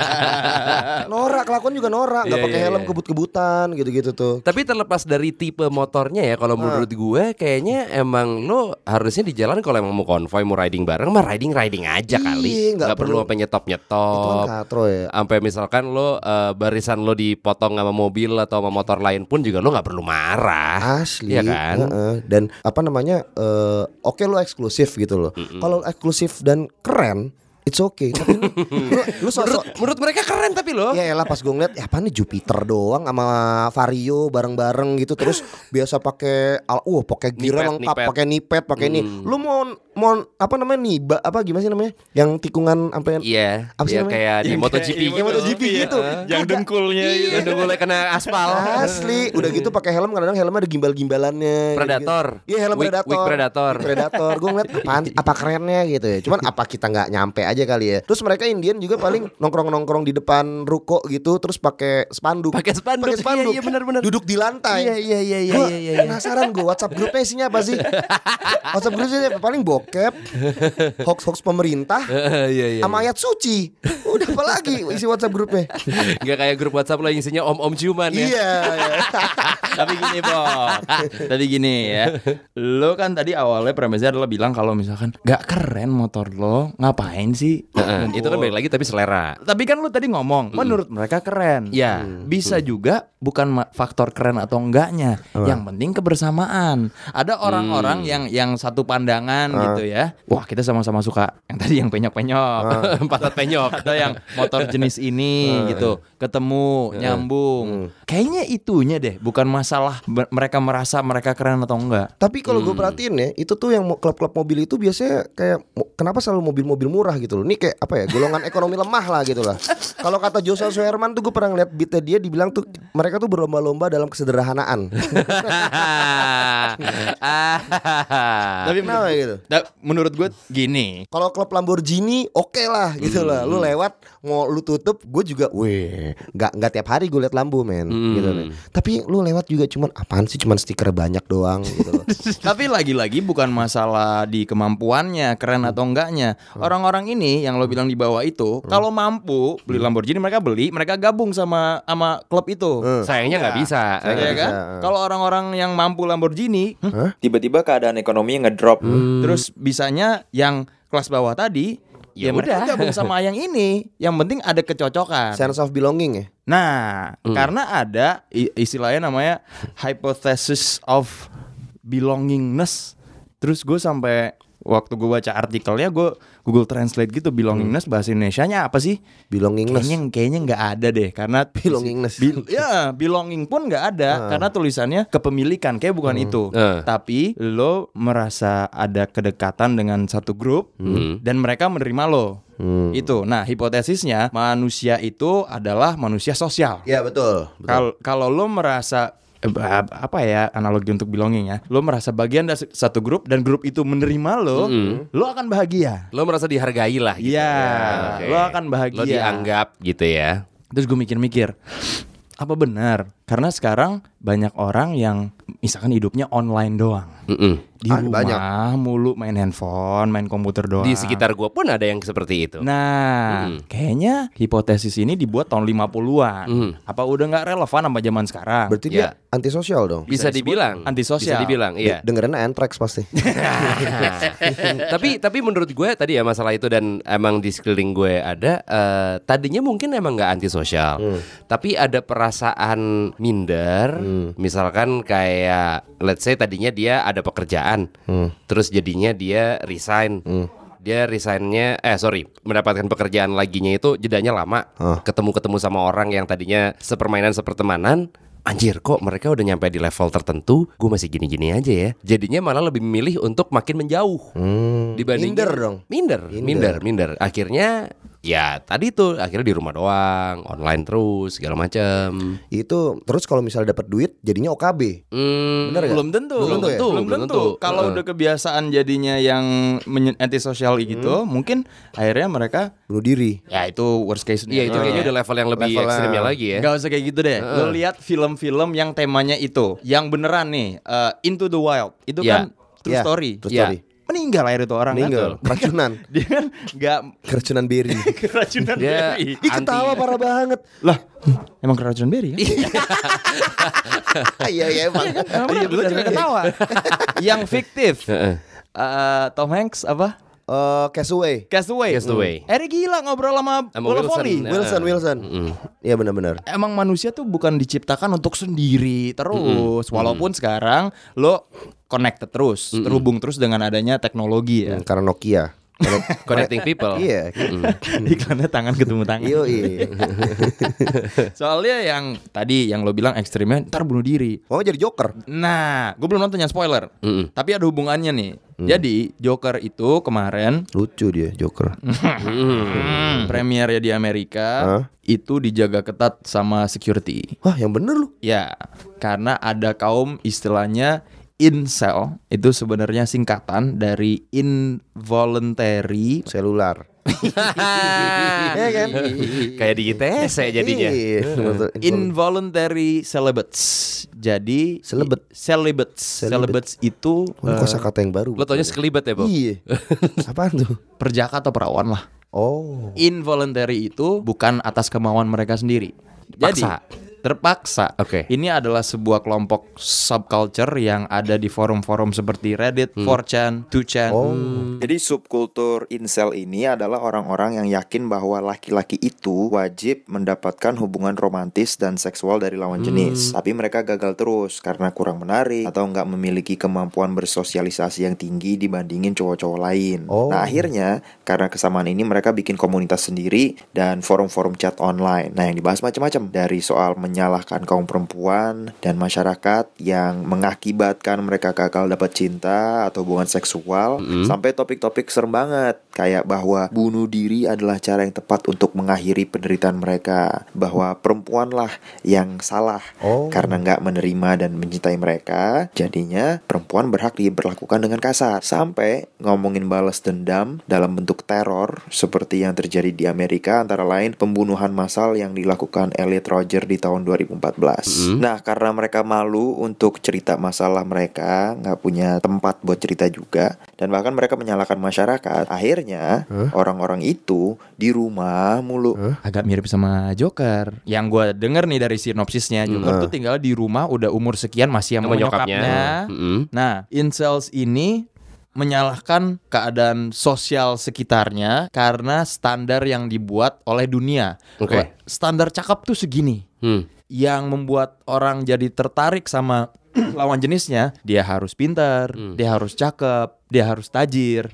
[SPEAKER 3] Norak kelakuan juga norak, nggak
[SPEAKER 4] Iya,
[SPEAKER 3] pakai
[SPEAKER 4] iya,
[SPEAKER 3] helm
[SPEAKER 4] iya.
[SPEAKER 3] kebut-kebutan gitu-gitu tuh.
[SPEAKER 4] Tapi terlepas dari tipe motornya ya
[SPEAKER 3] Ah.
[SPEAKER 4] kalau menurut gue kayaknya emang lo harusnya di jalan kalau emang mau konvoy mau riding bareng mah riding riding aja
[SPEAKER 3] Iya,
[SPEAKER 4] kali.
[SPEAKER 3] nggak
[SPEAKER 4] Nggak perlu
[SPEAKER 3] perlu.
[SPEAKER 4] sampai nyetop
[SPEAKER 3] Itu kan
[SPEAKER 4] nyetop.
[SPEAKER 3] katro ya.
[SPEAKER 4] Sampai misalkan lo eh, barisan lo dipotong sama mobil atau sama motor lain pun juga lo nggak perlu marah.
[SPEAKER 3] Asli
[SPEAKER 4] Iya kan?
[SPEAKER 3] Heeh. Dan apa namanya eh, Oke lo eksklusif gitu loh Kalau eksklusif dan keren It's okay Tapi lu, lu, lu
[SPEAKER 4] Menurut,
[SPEAKER 3] sosok
[SPEAKER 4] menurut mereka keren tapi lo.
[SPEAKER 3] Ya elah pas gue ngeliat Ya apa nih Jupiter doang Sama Vario bareng-bareng gitu Terus biasa pakai al- Wah pakai gira
[SPEAKER 4] Nipet,
[SPEAKER 3] lengkap
[SPEAKER 4] nipet. Hmm.
[SPEAKER 3] pakai nipet pakai ini Lu mau Mau apa namanya Niba Apa gimana sih namanya Yang tikungan sampai
[SPEAKER 4] Iya.
[SPEAKER 3] Apa sih
[SPEAKER 4] Iya,
[SPEAKER 3] namanya?
[SPEAKER 4] kayak
[SPEAKER 2] Yang
[SPEAKER 4] di Iya, MotoGP.
[SPEAKER 2] kayak di
[SPEAKER 3] Yang MotoGP gitu
[SPEAKER 2] Yang dengkulnya
[SPEAKER 4] Iya. Udah mulai kena aspal.
[SPEAKER 3] Asli, udah gitu pakai helm kadang-kadang helmnya ada gimbal-gimbalannya. gitu-gitu.
[SPEAKER 4] Predator.
[SPEAKER 3] Iya helm
[SPEAKER 4] Weak-
[SPEAKER 3] predator.
[SPEAKER 4] weak predator.
[SPEAKER 3] Weak predator. Gue ngeliat apaan, apa kerennya gitu ya. Cuman apa kita nggak nyampe aja kali ya. Terus mereka Indian juga paling nongkrong-nongkrong di depan ruko gitu, terus pakai spanduk.
[SPEAKER 4] Pakai spanduk.
[SPEAKER 3] Pakai spanduk.
[SPEAKER 4] Iya, iya, benar-benar.
[SPEAKER 3] Duduk di lantai.
[SPEAKER 4] Iya, iya, iya, iya,
[SPEAKER 3] Gua
[SPEAKER 4] iya, iya.
[SPEAKER 3] Penasaran gue WhatsApp grupnya isinya apa sih? WhatsApp grupnya isinya apa? paling bokep, hoax-hoax pemerintah,
[SPEAKER 4] Eh, Iya iya.
[SPEAKER 3] sama ayat suci. Udah apa lagi isi WhatsApp grupnya?
[SPEAKER 4] Gak kayak grup WhatsApp lo yang isinya om-om ciuman ya.
[SPEAKER 3] Iya. iya.
[SPEAKER 2] Tapi gini Bob Tapi gini ya Lo kan tadi awalnya premisnya adalah bilang Kalau misalkan Gak keren motor lo Ngapain sih
[SPEAKER 4] Heeh, itu kan
[SPEAKER 2] Ngumpul.
[SPEAKER 4] balik lagi tapi selera.
[SPEAKER 2] Tapi kan lu tadi ngomong, menurut mereka keren. Mm.
[SPEAKER 4] Ya.
[SPEAKER 2] Bisa juga bukan ma- faktor keren atau enggaknya. Yang penting kebersamaan. Ada orang-orang yang yang satu pandangan gitu ya. Wah, kita sama-sama suka yang tadi yang penyok-penyok.
[SPEAKER 4] Pantat penyok.
[SPEAKER 2] Atau yang motor jenis ini gitu. Ketemu, nyambung. Kayaknya itunya deh, bukan masalah ber- mereka merasa mereka keren atau enggak.
[SPEAKER 3] Tapi kalau gue perhatiin ya, itu tuh yang mo- klub-klub mobil itu biasanya kayak mo- kenapa selalu mobil-mobil murah gitu loh. Ini kayak apa ya? Golongan ekonomi lemah lah gitu lah. Kalau kata Joshua Suherman tuh gue pernah ngeliat beatnya dia dibilang tuh mereka tuh berlomba-lomba dalam kesederhanaan.
[SPEAKER 2] Tapi
[SPEAKER 3] Kenapa
[SPEAKER 2] menurut,
[SPEAKER 3] gitu?
[SPEAKER 2] Ta- Nah, menurut gue gini.
[SPEAKER 3] Kalau klub Lamborghini oke lah gitu lah. Lu lewat mau lu tutup, gue juga weh, nggak nggak tiap hari gue liat Lambo men gitu loh. Tapi lu lewat juga cuman apaan sih cuman stiker banyak doang gitu loh.
[SPEAKER 2] Tapi lagi-lagi bukan masalah di kemampuannya
[SPEAKER 4] Hmm.
[SPEAKER 2] keren atau enggaknya. Orang-orang ini yang lo bilang di bawah itu, kalau mampu beli
[SPEAKER 4] Hmm.
[SPEAKER 2] Lamborghini mereka beli, mereka gabung sama sama klub itu.
[SPEAKER 4] Sayangnya Hmm. nggak bisa. hmm.
[SPEAKER 2] Ya kan? Kalau orang-orang yang mampu Lamborghini, Hmm.
[SPEAKER 5] tiba-tiba keadaan ekonomi ngedrop.
[SPEAKER 4] Hmm.
[SPEAKER 2] terus bisanya yang kelas bawah tadi
[SPEAKER 4] Ya
[SPEAKER 2] Ya, mereka
[SPEAKER 4] udah.
[SPEAKER 2] gabung sama yang ini. Yang penting ada kecocokan.
[SPEAKER 3] Sense of belonging ya.
[SPEAKER 2] Nah, karena ada i- istilahnya namanya hypothesis of belongingness. Terus gue sampai waktu gue baca artikelnya gue Google Translate gitu belongingness bahasa Indonesianya apa sih?
[SPEAKER 3] Belongingness.
[SPEAKER 2] Kayaknya kayaknya nggak ada deh karena
[SPEAKER 3] Belongingness.
[SPEAKER 2] Bil- ya belonging pun nggak ada karena tulisannya kepemilikan kayak bukan itu.
[SPEAKER 4] Eh.
[SPEAKER 2] Tapi lo merasa ada kedekatan dengan satu grup dan mereka menerima lo. Itu. Nah, hipotesisnya manusia itu adalah manusia sosial.
[SPEAKER 3] Iya betul.
[SPEAKER 2] Kal- kalau lo merasa eh, ba- apa ya analogi untuk belonging ya, lo merasa bagian dari satu grup dan grup itu menerima lo, lo akan bahagia.
[SPEAKER 4] Lo merasa dihargai lah. gitu.
[SPEAKER 2] Iya,
[SPEAKER 4] oke.
[SPEAKER 2] lo akan bahagia.
[SPEAKER 4] Lo dianggap gitu ya.
[SPEAKER 2] Terus gue mikir-mikir, apa benar? Karena sekarang banyak orang yang misalkan hidupnya online doang.
[SPEAKER 4] Mm-mm.
[SPEAKER 2] Di
[SPEAKER 3] Ada
[SPEAKER 2] rumah
[SPEAKER 3] banyak.
[SPEAKER 2] mulu main handphone, main komputer doang.
[SPEAKER 4] Di sekitar gua pun ada yang seperti itu.
[SPEAKER 2] Nah, kayaknya hipotesis ini dibuat tahun 50-an.
[SPEAKER 4] Mm.
[SPEAKER 2] Apa udah nggak relevan sama zaman sekarang?
[SPEAKER 3] Berarti
[SPEAKER 4] Iya.
[SPEAKER 3] dia antisosial dong.
[SPEAKER 4] Bisa,
[SPEAKER 2] disebut
[SPEAKER 4] dibilang
[SPEAKER 2] antisosial.
[SPEAKER 4] Bisa dibilang, iya.
[SPEAKER 3] Dengerin Anthrax pasti.
[SPEAKER 4] tapi tapi menurut gue tadi ya masalah itu dan emang di sekeliling gue ada eh, tadinya mungkin emang nggak antisosial tapi ada perasaan minder misalkan kayak let's say tadinya dia ada pekerjaan terus jadinya dia resign Dia resignnya, eh sorry, mendapatkan pekerjaan laginya itu jedanya lama.
[SPEAKER 3] Hah.
[SPEAKER 4] Ketemu-ketemu sama orang yang tadinya sepermainan sepertemanan, anjir kok mereka udah nyampe di level tertentu, gue masih gini-gini aja ya. Jadinya malah lebih memilih untuk makin menjauh. Dibanding
[SPEAKER 3] Hmm. Minder dong.
[SPEAKER 4] Minder,
[SPEAKER 3] Minder.
[SPEAKER 4] minder, minder. Akhirnya ya tadi tuh akhirnya di rumah doang, online terus segala macam.
[SPEAKER 3] Itu terus kalau misalnya dapat duit jadinya OKB.
[SPEAKER 4] Hmm,
[SPEAKER 3] Bener nggak?
[SPEAKER 2] belum tentu
[SPEAKER 4] Belum tentu,
[SPEAKER 2] belum
[SPEAKER 4] belum
[SPEAKER 2] tentu
[SPEAKER 4] tentu. Mm.
[SPEAKER 2] kalau
[SPEAKER 4] Heeh.
[SPEAKER 2] udah kebiasaan jadinya yang menye- antisosial gitu mungkin akhirnya mereka
[SPEAKER 3] Bunuh diri.
[SPEAKER 2] ya itu worst case ya.
[SPEAKER 4] Iya itu kayaknya udah level yang lebih
[SPEAKER 3] Oh, Level
[SPEAKER 4] ekstrimnya
[SPEAKER 3] yang-
[SPEAKER 4] lagi ya.
[SPEAKER 2] Gak usah kayak gitu deh. Lo lihat film-film yang temanya itu, yang beneran nih, eh, Into the Wild, itu
[SPEAKER 4] Ya.
[SPEAKER 2] kan true
[SPEAKER 3] Ya,
[SPEAKER 2] story.
[SPEAKER 3] True
[SPEAKER 4] Iya.
[SPEAKER 3] story.
[SPEAKER 2] Meninggal akhirnya itu orang
[SPEAKER 3] Meninggal.
[SPEAKER 2] kan.
[SPEAKER 3] Keracunan.
[SPEAKER 2] Dia kan gak
[SPEAKER 3] Keracunan beri.
[SPEAKER 2] keracunan
[SPEAKER 4] Dia
[SPEAKER 2] berry.
[SPEAKER 3] Iya. Ih ketawa
[SPEAKER 4] Anti-
[SPEAKER 3] parah banget.
[SPEAKER 2] Lah, emang keracunan berry kan?
[SPEAKER 3] Ah, Iya iya emang.
[SPEAKER 2] Iya, lu juga ketawa. yang fiktif.
[SPEAKER 4] Heeh.
[SPEAKER 2] Eh, Tom Hanks apa?
[SPEAKER 3] Eh, Castaway.
[SPEAKER 2] Castaway.
[SPEAKER 4] Castaway.
[SPEAKER 2] Hmm. Akhirnya gila ngobrol sama,
[SPEAKER 4] Sama
[SPEAKER 2] bola
[SPEAKER 4] Wilson.
[SPEAKER 2] voli.
[SPEAKER 4] Nah.
[SPEAKER 3] Wilson Wilson. Iya benar-benar.
[SPEAKER 2] emang manusia tuh bukan diciptakan untuk sendiri terus walaupun sekarang lo connected terus terhubung terus dengan adanya teknologi ya
[SPEAKER 3] Hmm, Karena Nokia.
[SPEAKER 4] Connecting people.
[SPEAKER 3] Iya.
[SPEAKER 2] iklannya tangan ketemu tangan
[SPEAKER 3] Iya iya.
[SPEAKER 2] soalnya yang tadi yang lo bilang ekstrimnya ntar bunuh diri
[SPEAKER 3] Oh jadi Joker.
[SPEAKER 2] nah gue belum nonton yang spoiler
[SPEAKER 4] Mm-mm.
[SPEAKER 2] tapi ada hubungannya nih
[SPEAKER 3] Mm.
[SPEAKER 2] jadi Joker itu kemarin
[SPEAKER 3] Lucu dia Joker.
[SPEAKER 2] premiernya di Amerika
[SPEAKER 3] Mm. Hah?
[SPEAKER 2] itu dijaga ketat sama security
[SPEAKER 3] Wah yang bener lu.
[SPEAKER 2] Ya, karena ada kaum istilahnya incel itu sebenarnya singkatan dari involuntary
[SPEAKER 3] Selular. Iya kan?
[SPEAKER 4] Kayak di ITS ya jadinya.
[SPEAKER 3] Iya.
[SPEAKER 2] involuntary celibates. Jadi
[SPEAKER 3] Celibate.
[SPEAKER 2] celibates
[SPEAKER 3] Celibate.
[SPEAKER 2] celibates itu
[SPEAKER 3] Oh, ini
[SPEAKER 2] eh,
[SPEAKER 3] kosa kata yang baru.
[SPEAKER 4] Lo taunya sekelibat ya Bob?
[SPEAKER 3] Iya. Apaan tuh?
[SPEAKER 2] perjaka atau perawan lah.
[SPEAKER 3] Oh.
[SPEAKER 2] Involuntary itu bukan atas kemauan mereka sendiri.
[SPEAKER 4] Paksa.
[SPEAKER 2] Jadi terpaksa.
[SPEAKER 4] Oke.
[SPEAKER 2] Ini adalah sebuah kelompok subculture yang ada di forum-forum seperti Reddit,
[SPEAKER 4] Hmm.
[SPEAKER 2] 4chan, 2chan.
[SPEAKER 5] Jadi subkultur incel ini adalah orang-orang yang yakin bahwa laki-laki itu wajib mendapatkan hubungan romantis dan seksual dari lawan jenis. Tapi mereka gagal terus karena kurang menarik atau nggak memiliki kemampuan bersosialisasi yang tinggi dibandingin cowok-cowok lain.
[SPEAKER 3] Oh.
[SPEAKER 5] Nah akhirnya karena kesamaan ini mereka bikin komunitas sendiri dan forum-forum chat online. Nah yang dibahas macam-macam dari soal menyalahkan kaum perempuan dan masyarakat yang mengakibatkan mereka gagal dapat cinta atau hubungan seksual sampai topik-topik serem banget kayak bahwa bunuh diri adalah cara yang tepat untuk mengakhiri penderitaan mereka bahwa perempuanlah yang salah
[SPEAKER 3] Oh.
[SPEAKER 5] karena nggak menerima dan mencintai mereka jadinya perempuan berhak diperlakukan dengan kasar sampai ngomongin balas dendam dalam bentuk teror seperti yang terjadi di Amerika antara lain pembunuhan massal yang dilakukan Elliot Roger di tahun 2014 nah karena mereka malu untuk cerita masalah mereka nggak punya tempat buat cerita juga dan bahkan mereka menyalahkan masyarakat akhirnya orang-orang itu di rumah mulu
[SPEAKER 2] agak mirip sama Joker. Yang gue denger nih dari sinopsisnya, Joker tuh tinggal di rumah udah umur sekian masih sama
[SPEAKER 4] Hmm. Sama
[SPEAKER 2] nyokapnya.
[SPEAKER 4] nyokapnya. Hmm. Mm-mm.
[SPEAKER 2] Nah, incels ini menyalahkan keadaan sosial sekitarnya karena standar yang dibuat oleh dunia.
[SPEAKER 4] Oke.
[SPEAKER 2] Oleh- Standar cakep tuh segini.
[SPEAKER 4] Hmm.
[SPEAKER 2] Yang membuat orang jadi tertarik sama lawan jenisnya, dia harus pintar,
[SPEAKER 4] Hmm.
[SPEAKER 2] dia harus cakep, dia harus tajir.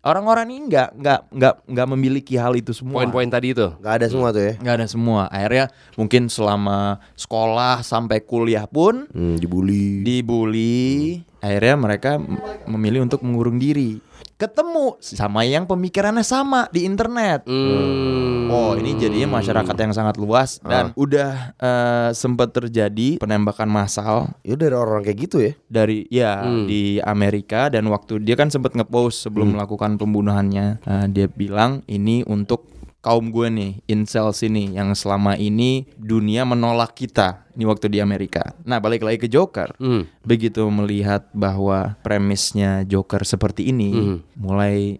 [SPEAKER 2] Orang-orang ini nggak nggak nggak nggak memiliki hal itu semua
[SPEAKER 4] Poin-poin tadi itu.
[SPEAKER 3] Gak ada semua tuh ya.
[SPEAKER 2] nggak ada semua akhirnya mungkin selama sekolah sampai kuliah pun
[SPEAKER 3] Hmm, dibully.
[SPEAKER 2] dibully akhirnya mereka m- memilih untuk mengurung diri ketemu sama yang pemikirannya sama di internet
[SPEAKER 4] Hmm.
[SPEAKER 2] oh ini jadinya masyarakat yang sangat luas dan udah eh, sempat terjadi penembakan massal
[SPEAKER 3] Ya dari orang kayak gitu ya.
[SPEAKER 2] dari ya di Amerika dan waktu dia kan sempat ngepost sebelum melakukan pembunuhannya eh, dia bilang ini untuk kaum gue nih incel sini yang selama ini dunia menolak kita ini waktu di Amerika. Nah balik lagi ke Joker
[SPEAKER 4] Hmm.
[SPEAKER 2] begitu melihat bahwa premisnya Joker seperti ini mulai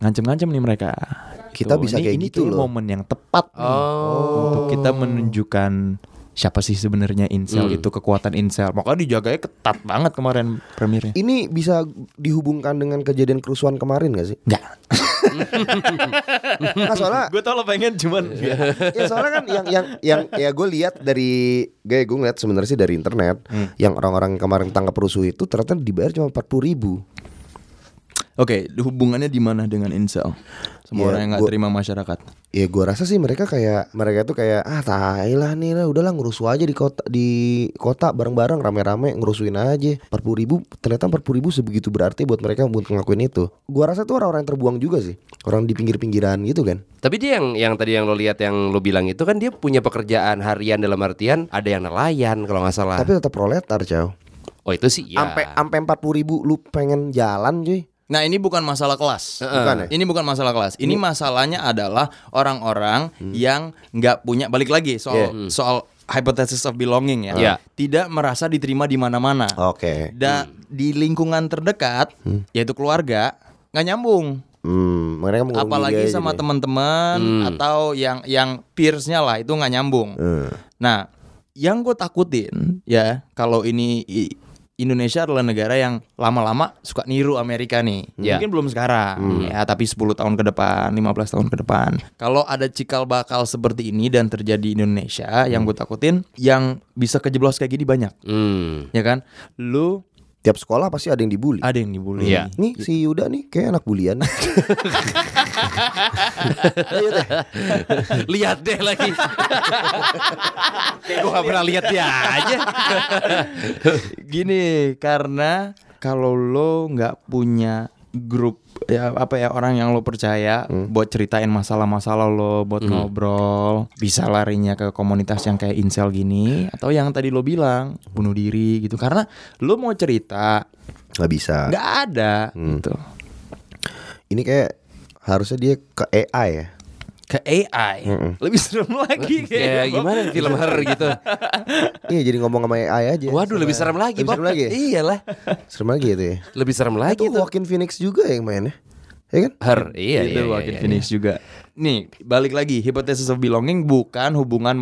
[SPEAKER 2] ngancem-ngancem nih mereka.
[SPEAKER 3] Kita bisa
[SPEAKER 2] Ini-
[SPEAKER 3] kayak
[SPEAKER 2] ini
[SPEAKER 3] gitu
[SPEAKER 2] kayaknya
[SPEAKER 3] loh.
[SPEAKER 2] momen yang tepat nih untuk kita menunjukkan siapa sih sebenarnya incel itu kekuatan incel. Makanya dijaganya ketat banget kemarin premiernya.
[SPEAKER 3] Ini bisa dihubungkan dengan kejadian kerusuhan kemarin gak sih?
[SPEAKER 2] Enggak.
[SPEAKER 3] Nah, soalnya
[SPEAKER 2] Gue tau lo pengen cuman
[SPEAKER 3] ya soalnya kan yang yang yang ya gue lihat dari gue gue ngeliat sebenarnya sih dari Hmm. internet yang orang-orang yang kemarin tangkap rusuh itu ternyata dibayar cuma 40.000 ribu
[SPEAKER 2] Oke, hubungannya di mana dengan insel? Semua
[SPEAKER 3] Ya,
[SPEAKER 2] orang yang nggak
[SPEAKER 3] gua-
[SPEAKER 2] terima masyarakat.
[SPEAKER 3] Ya gua rasa sih mereka kayak mereka tuh kayak ah tai lah nih lah udahlah ngerusuh aja di kota di kota bareng-bareng rame-rame ngerusuin aja. 40 ribu ternyata 40 ribu sebegitu berarti buat mereka buat ngelakuin itu. Gua rasa tuh orang-orang yang terbuang juga sih. Orang di pinggir-pinggiran gitu kan.
[SPEAKER 4] Tapi dia yang yang tadi yang lo lihat yang lo bilang itu kan dia punya pekerjaan harian dalam artian ada yang nelayan kalau nggak
[SPEAKER 2] Ah.
[SPEAKER 4] salah.
[SPEAKER 3] Tapi tetap proletar, Cao.
[SPEAKER 4] oh itu sih ya.
[SPEAKER 3] Ampe ampe 40 ribu lu pengen jalan, cuy.
[SPEAKER 2] Nah, ini bukan masalah kelas.
[SPEAKER 3] Bukan ya?
[SPEAKER 2] Ini bukan masalah kelas. Ini Hmm. masalahnya adalah orang-orang yang nggak punya balik lagi soal soal hypothesis of belonging ya.
[SPEAKER 4] Iya.
[SPEAKER 2] Tidak merasa diterima di mana-mana.
[SPEAKER 3] Oke.
[SPEAKER 2] Dan di lingkungan terdekat
[SPEAKER 4] Hmm.
[SPEAKER 2] yaitu keluarga nggak nyambung.
[SPEAKER 3] Hmm, mereka
[SPEAKER 4] Oh, iya,
[SPEAKER 3] mengganggu
[SPEAKER 2] apalagi
[SPEAKER 3] dia
[SPEAKER 2] sama
[SPEAKER 3] jadi.
[SPEAKER 2] teman-teman
[SPEAKER 4] Hmm.
[SPEAKER 2] atau yang yang peersnya lah itu nggak nyambung.
[SPEAKER 3] Eh,
[SPEAKER 4] Eh.
[SPEAKER 2] Nah, yang gue takutin ya kalau ini i- Indonesia adalah negara yang lama-lama suka niru Amerika nih.
[SPEAKER 4] Ya.
[SPEAKER 2] Mungkin belum sekarang ya, tapi 10 tahun ke depan, 15 tahun ke depan. Kalau ada cikal bakal seperti ini dan terjadi di Indonesia, yang gue takutin yang bisa kejeblos kayak gini banyak,
[SPEAKER 4] Hmm.
[SPEAKER 2] ya kan? Lu
[SPEAKER 3] Tiap sekolah pasti ada yang dibully.
[SPEAKER 2] ada yang dibully.
[SPEAKER 4] Iya.
[SPEAKER 3] Nih si Yuda nih kayak anak bulian.
[SPEAKER 4] lihat deh lagi. Kayak gue gak pernah lihat dia aja.
[SPEAKER 2] Gini, karena kalau lo nggak punya grup ya apa ya orang yang lo percaya
[SPEAKER 4] Hmm.
[SPEAKER 2] buat ceritain masalah-masalah lo, buat ngobrol, bisa larinya ke komunitas yang kayak insel gini atau yang tadi lo bilang bunuh diri gitu. Karena lo mau cerita
[SPEAKER 3] Gak bisa.
[SPEAKER 2] nggak ada
[SPEAKER 4] Hmm.
[SPEAKER 2] gitu.
[SPEAKER 3] Ini kayak harusnya dia ke AI ya.
[SPEAKER 2] Ke AI lebih serem lagi
[SPEAKER 4] Ya
[SPEAKER 2] kayaknya.
[SPEAKER 4] gimana film horror gitu.
[SPEAKER 3] Iya jadi ngomong sama AI aja.
[SPEAKER 4] Waduh lebih serem lagi, Iya.
[SPEAKER 3] Lebih
[SPEAKER 4] Bob.
[SPEAKER 3] serem lagi ya?
[SPEAKER 4] Iyalah.
[SPEAKER 3] Serem lagi itu ya.
[SPEAKER 4] Lebih serem lagi
[SPEAKER 3] Itu
[SPEAKER 4] tuh.
[SPEAKER 3] Joaquin Phoenix juga yang mainnya. Ya kan?
[SPEAKER 4] Her,
[SPEAKER 2] Itu
[SPEAKER 4] iya, iya, iya,
[SPEAKER 2] Joaquin
[SPEAKER 4] iya.
[SPEAKER 2] Phoenix Gitu juga. Nih, balik lagi hipotesis of belonging bukan hubungan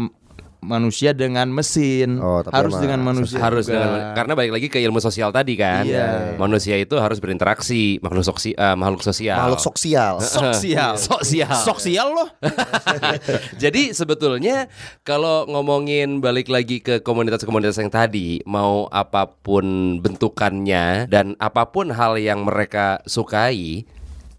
[SPEAKER 2] manusia dengan mesin,
[SPEAKER 3] Oh, tapi
[SPEAKER 2] harus
[SPEAKER 3] emang
[SPEAKER 2] dengan manusia.
[SPEAKER 4] harus
[SPEAKER 2] juga.
[SPEAKER 4] dengan- karena balik lagi ke ilmu sosial tadi kan.
[SPEAKER 2] Iya.
[SPEAKER 4] Manusia itu harus berinteraksi, makhluk soksi, eh, makhluk sosial.
[SPEAKER 3] Makhluk sosial.
[SPEAKER 2] sosial.
[SPEAKER 4] Sosial.
[SPEAKER 2] Sosial loh.
[SPEAKER 4] Jadi sebetulnya kalau ngomongin balik lagi ke komunitas-komunitas yang tadi, mau apapun bentukannya dan apapun hal yang mereka sukai,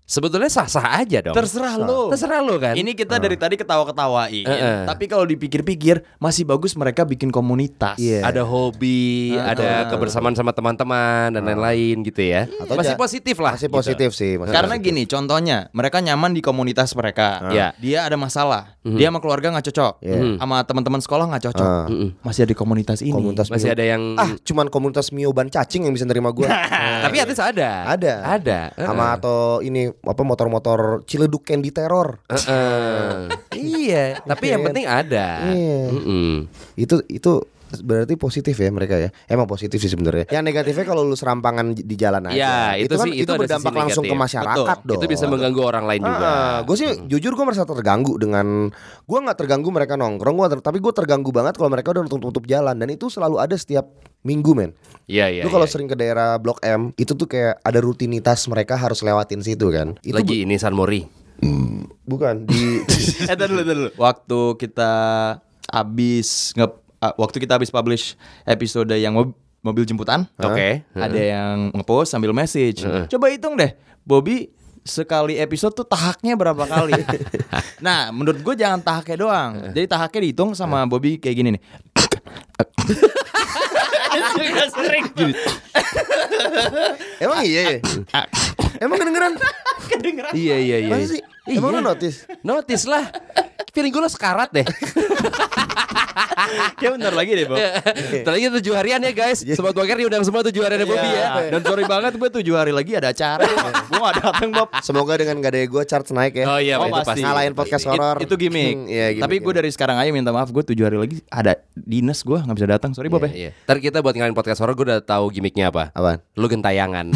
[SPEAKER 4] sebetulnya sah-sah aja dong.
[SPEAKER 2] Terserah lo.
[SPEAKER 4] Terserah lo kan.
[SPEAKER 2] Ini kita dari tadi ketawa-ketawain,
[SPEAKER 3] Eh,
[SPEAKER 4] Heeh.
[SPEAKER 2] tapi kalau dipikir-pikir masih bagus mereka bikin komunitas.
[SPEAKER 3] Iya.
[SPEAKER 4] ada hobi, ada kebersamaan sama teman-teman dan lain-lain gitu ya.
[SPEAKER 3] Atau
[SPEAKER 4] masih
[SPEAKER 3] ja-
[SPEAKER 4] positif lah.
[SPEAKER 3] Masih
[SPEAKER 4] gitu.
[SPEAKER 3] positif sih. masih
[SPEAKER 2] Karena
[SPEAKER 3] positif.
[SPEAKER 2] gini, contohnya mereka nyaman di komunitas mereka.
[SPEAKER 4] Iya.
[SPEAKER 2] Dia ada masalah, dia sama keluarga nggak cocok, Mhm. sama teman-teman sekolah nggak cocok.
[SPEAKER 3] Mhm. Iya. Ah.
[SPEAKER 2] Masih ada di komunitas ini.
[SPEAKER 3] komunitas
[SPEAKER 4] Masih
[SPEAKER 3] Mio-
[SPEAKER 4] ada yang
[SPEAKER 3] Ah, cuman komunitas mioban cacing yang bisa nerima gua.
[SPEAKER 4] tapi at least ada.
[SPEAKER 3] ada.
[SPEAKER 4] Ada.
[SPEAKER 3] Sama atau ini apa motor-motor Ciledug Candy Terror.
[SPEAKER 4] Heeh. iya, tapi yang penting ada.
[SPEAKER 3] Iya.
[SPEAKER 4] Mm-mm.
[SPEAKER 3] itu itu berarti positif ya mereka ya emang positif sih sebenarnya yang negatifnya kalau lu serampangan di jalan aja
[SPEAKER 4] Ya, itu
[SPEAKER 3] kan
[SPEAKER 4] sih, itu ada
[SPEAKER 3] berdampak
[SPEAKER 4] sisi
[SPEAKER 3] langsung ke
[SPEAKER 4] negatif.
[SPEAKER 3] masyarakat dong
[SPEAKER 4] Itu bisa mengganggu orang lain juga.
[SPEAKER 3] gue Eh, sih jujur gue merasa terganggu dengan gue nggak terganggu mereka nongkrong gua ter- tapi gue terganggu banget kalau mereka udah tutup tutup jalan dan itu selalu ada setiap minggu men
[SPEAKER 4] Iya, iya.
[SPEAKER 3] lu kalau
[SPEAKER 4] iya.
[SPEAKER 3] sering ke daerah blok M itu tuh kayak ada rutinitas mereka harus lewatin situ kan itu
[SPEAKER 4] lagi ini San Mori.
[SPEAKER 3] bu- bukan di
[SPEAKER 2] eh tar dulu, tar dulu. Waktu kita habis nge ah, waktu kita habis publish episode yang mob- mobil jemputan,
[SPEAKER 3] Ah.
[SPEAKER 4] Oke.
[SPEAKER 2] ada yang ngepost sambil message. Coba hitung deh, Bobby sekali episode tuh tahaknya berapa kali. nah, menurut gue jangan tahaknya doang. Jadi tahaknya dihitung sama Bobby kayak gini nih.
[SPEAKER 3] emang iya ya? emang kedengeran
[SPEAKER 4] Iya, iya, iya.
[SPEAKER 3] Masa sih emang lu notice
[SPEAKER 4] Notice lah. Feeling gue lo sekarat deh.
[SPEAKER 2] Kayak Ah, bentar lagi deh, Bob.
[SPEAKER 4] Bentar lagi tujuh harian ya guys.
[SPEAKER 3] Iya.
[SPEAKER 4] Sobat Waker diundang semua tujuh harian ya Bobby ya.
[SPEAKER 2] Ah, Dan sorry banget gue tujuh hari lagi ada acara. gue gak datang, Bob.
[SPEAKER 3] Semoga dengan gak ada gue charts naik ya.
[SPEAKER 4] Oh iya,
[SPEAKER 2] Oh,
[SPEAKER 4] itu
[SPEAKER 2] pasti.
[SPEAKER 4] pasti.
[SPEAKER 3] Ngalahin podcast
[SPEAKER 2] It-
[SPEAKER 3] horor.
[SPEAKER 2] itu gimmick.
[SPEAKER 3] Hmm, iya, gimmick,
[SPEAKER 2] Tapi gue dari sekarang aja minta maaf. Gue tujuh hari lagi ada dinas gue nggak bisa datang. Sorry Bob ya.
[SPEAKER 4] Iya. Ntar kita buat ngalahin podcast horor gue udah tahu gimmicknya apa.
[SPEAKER 3] Apaan?
[SPEAKER 4] Lu gentayangan.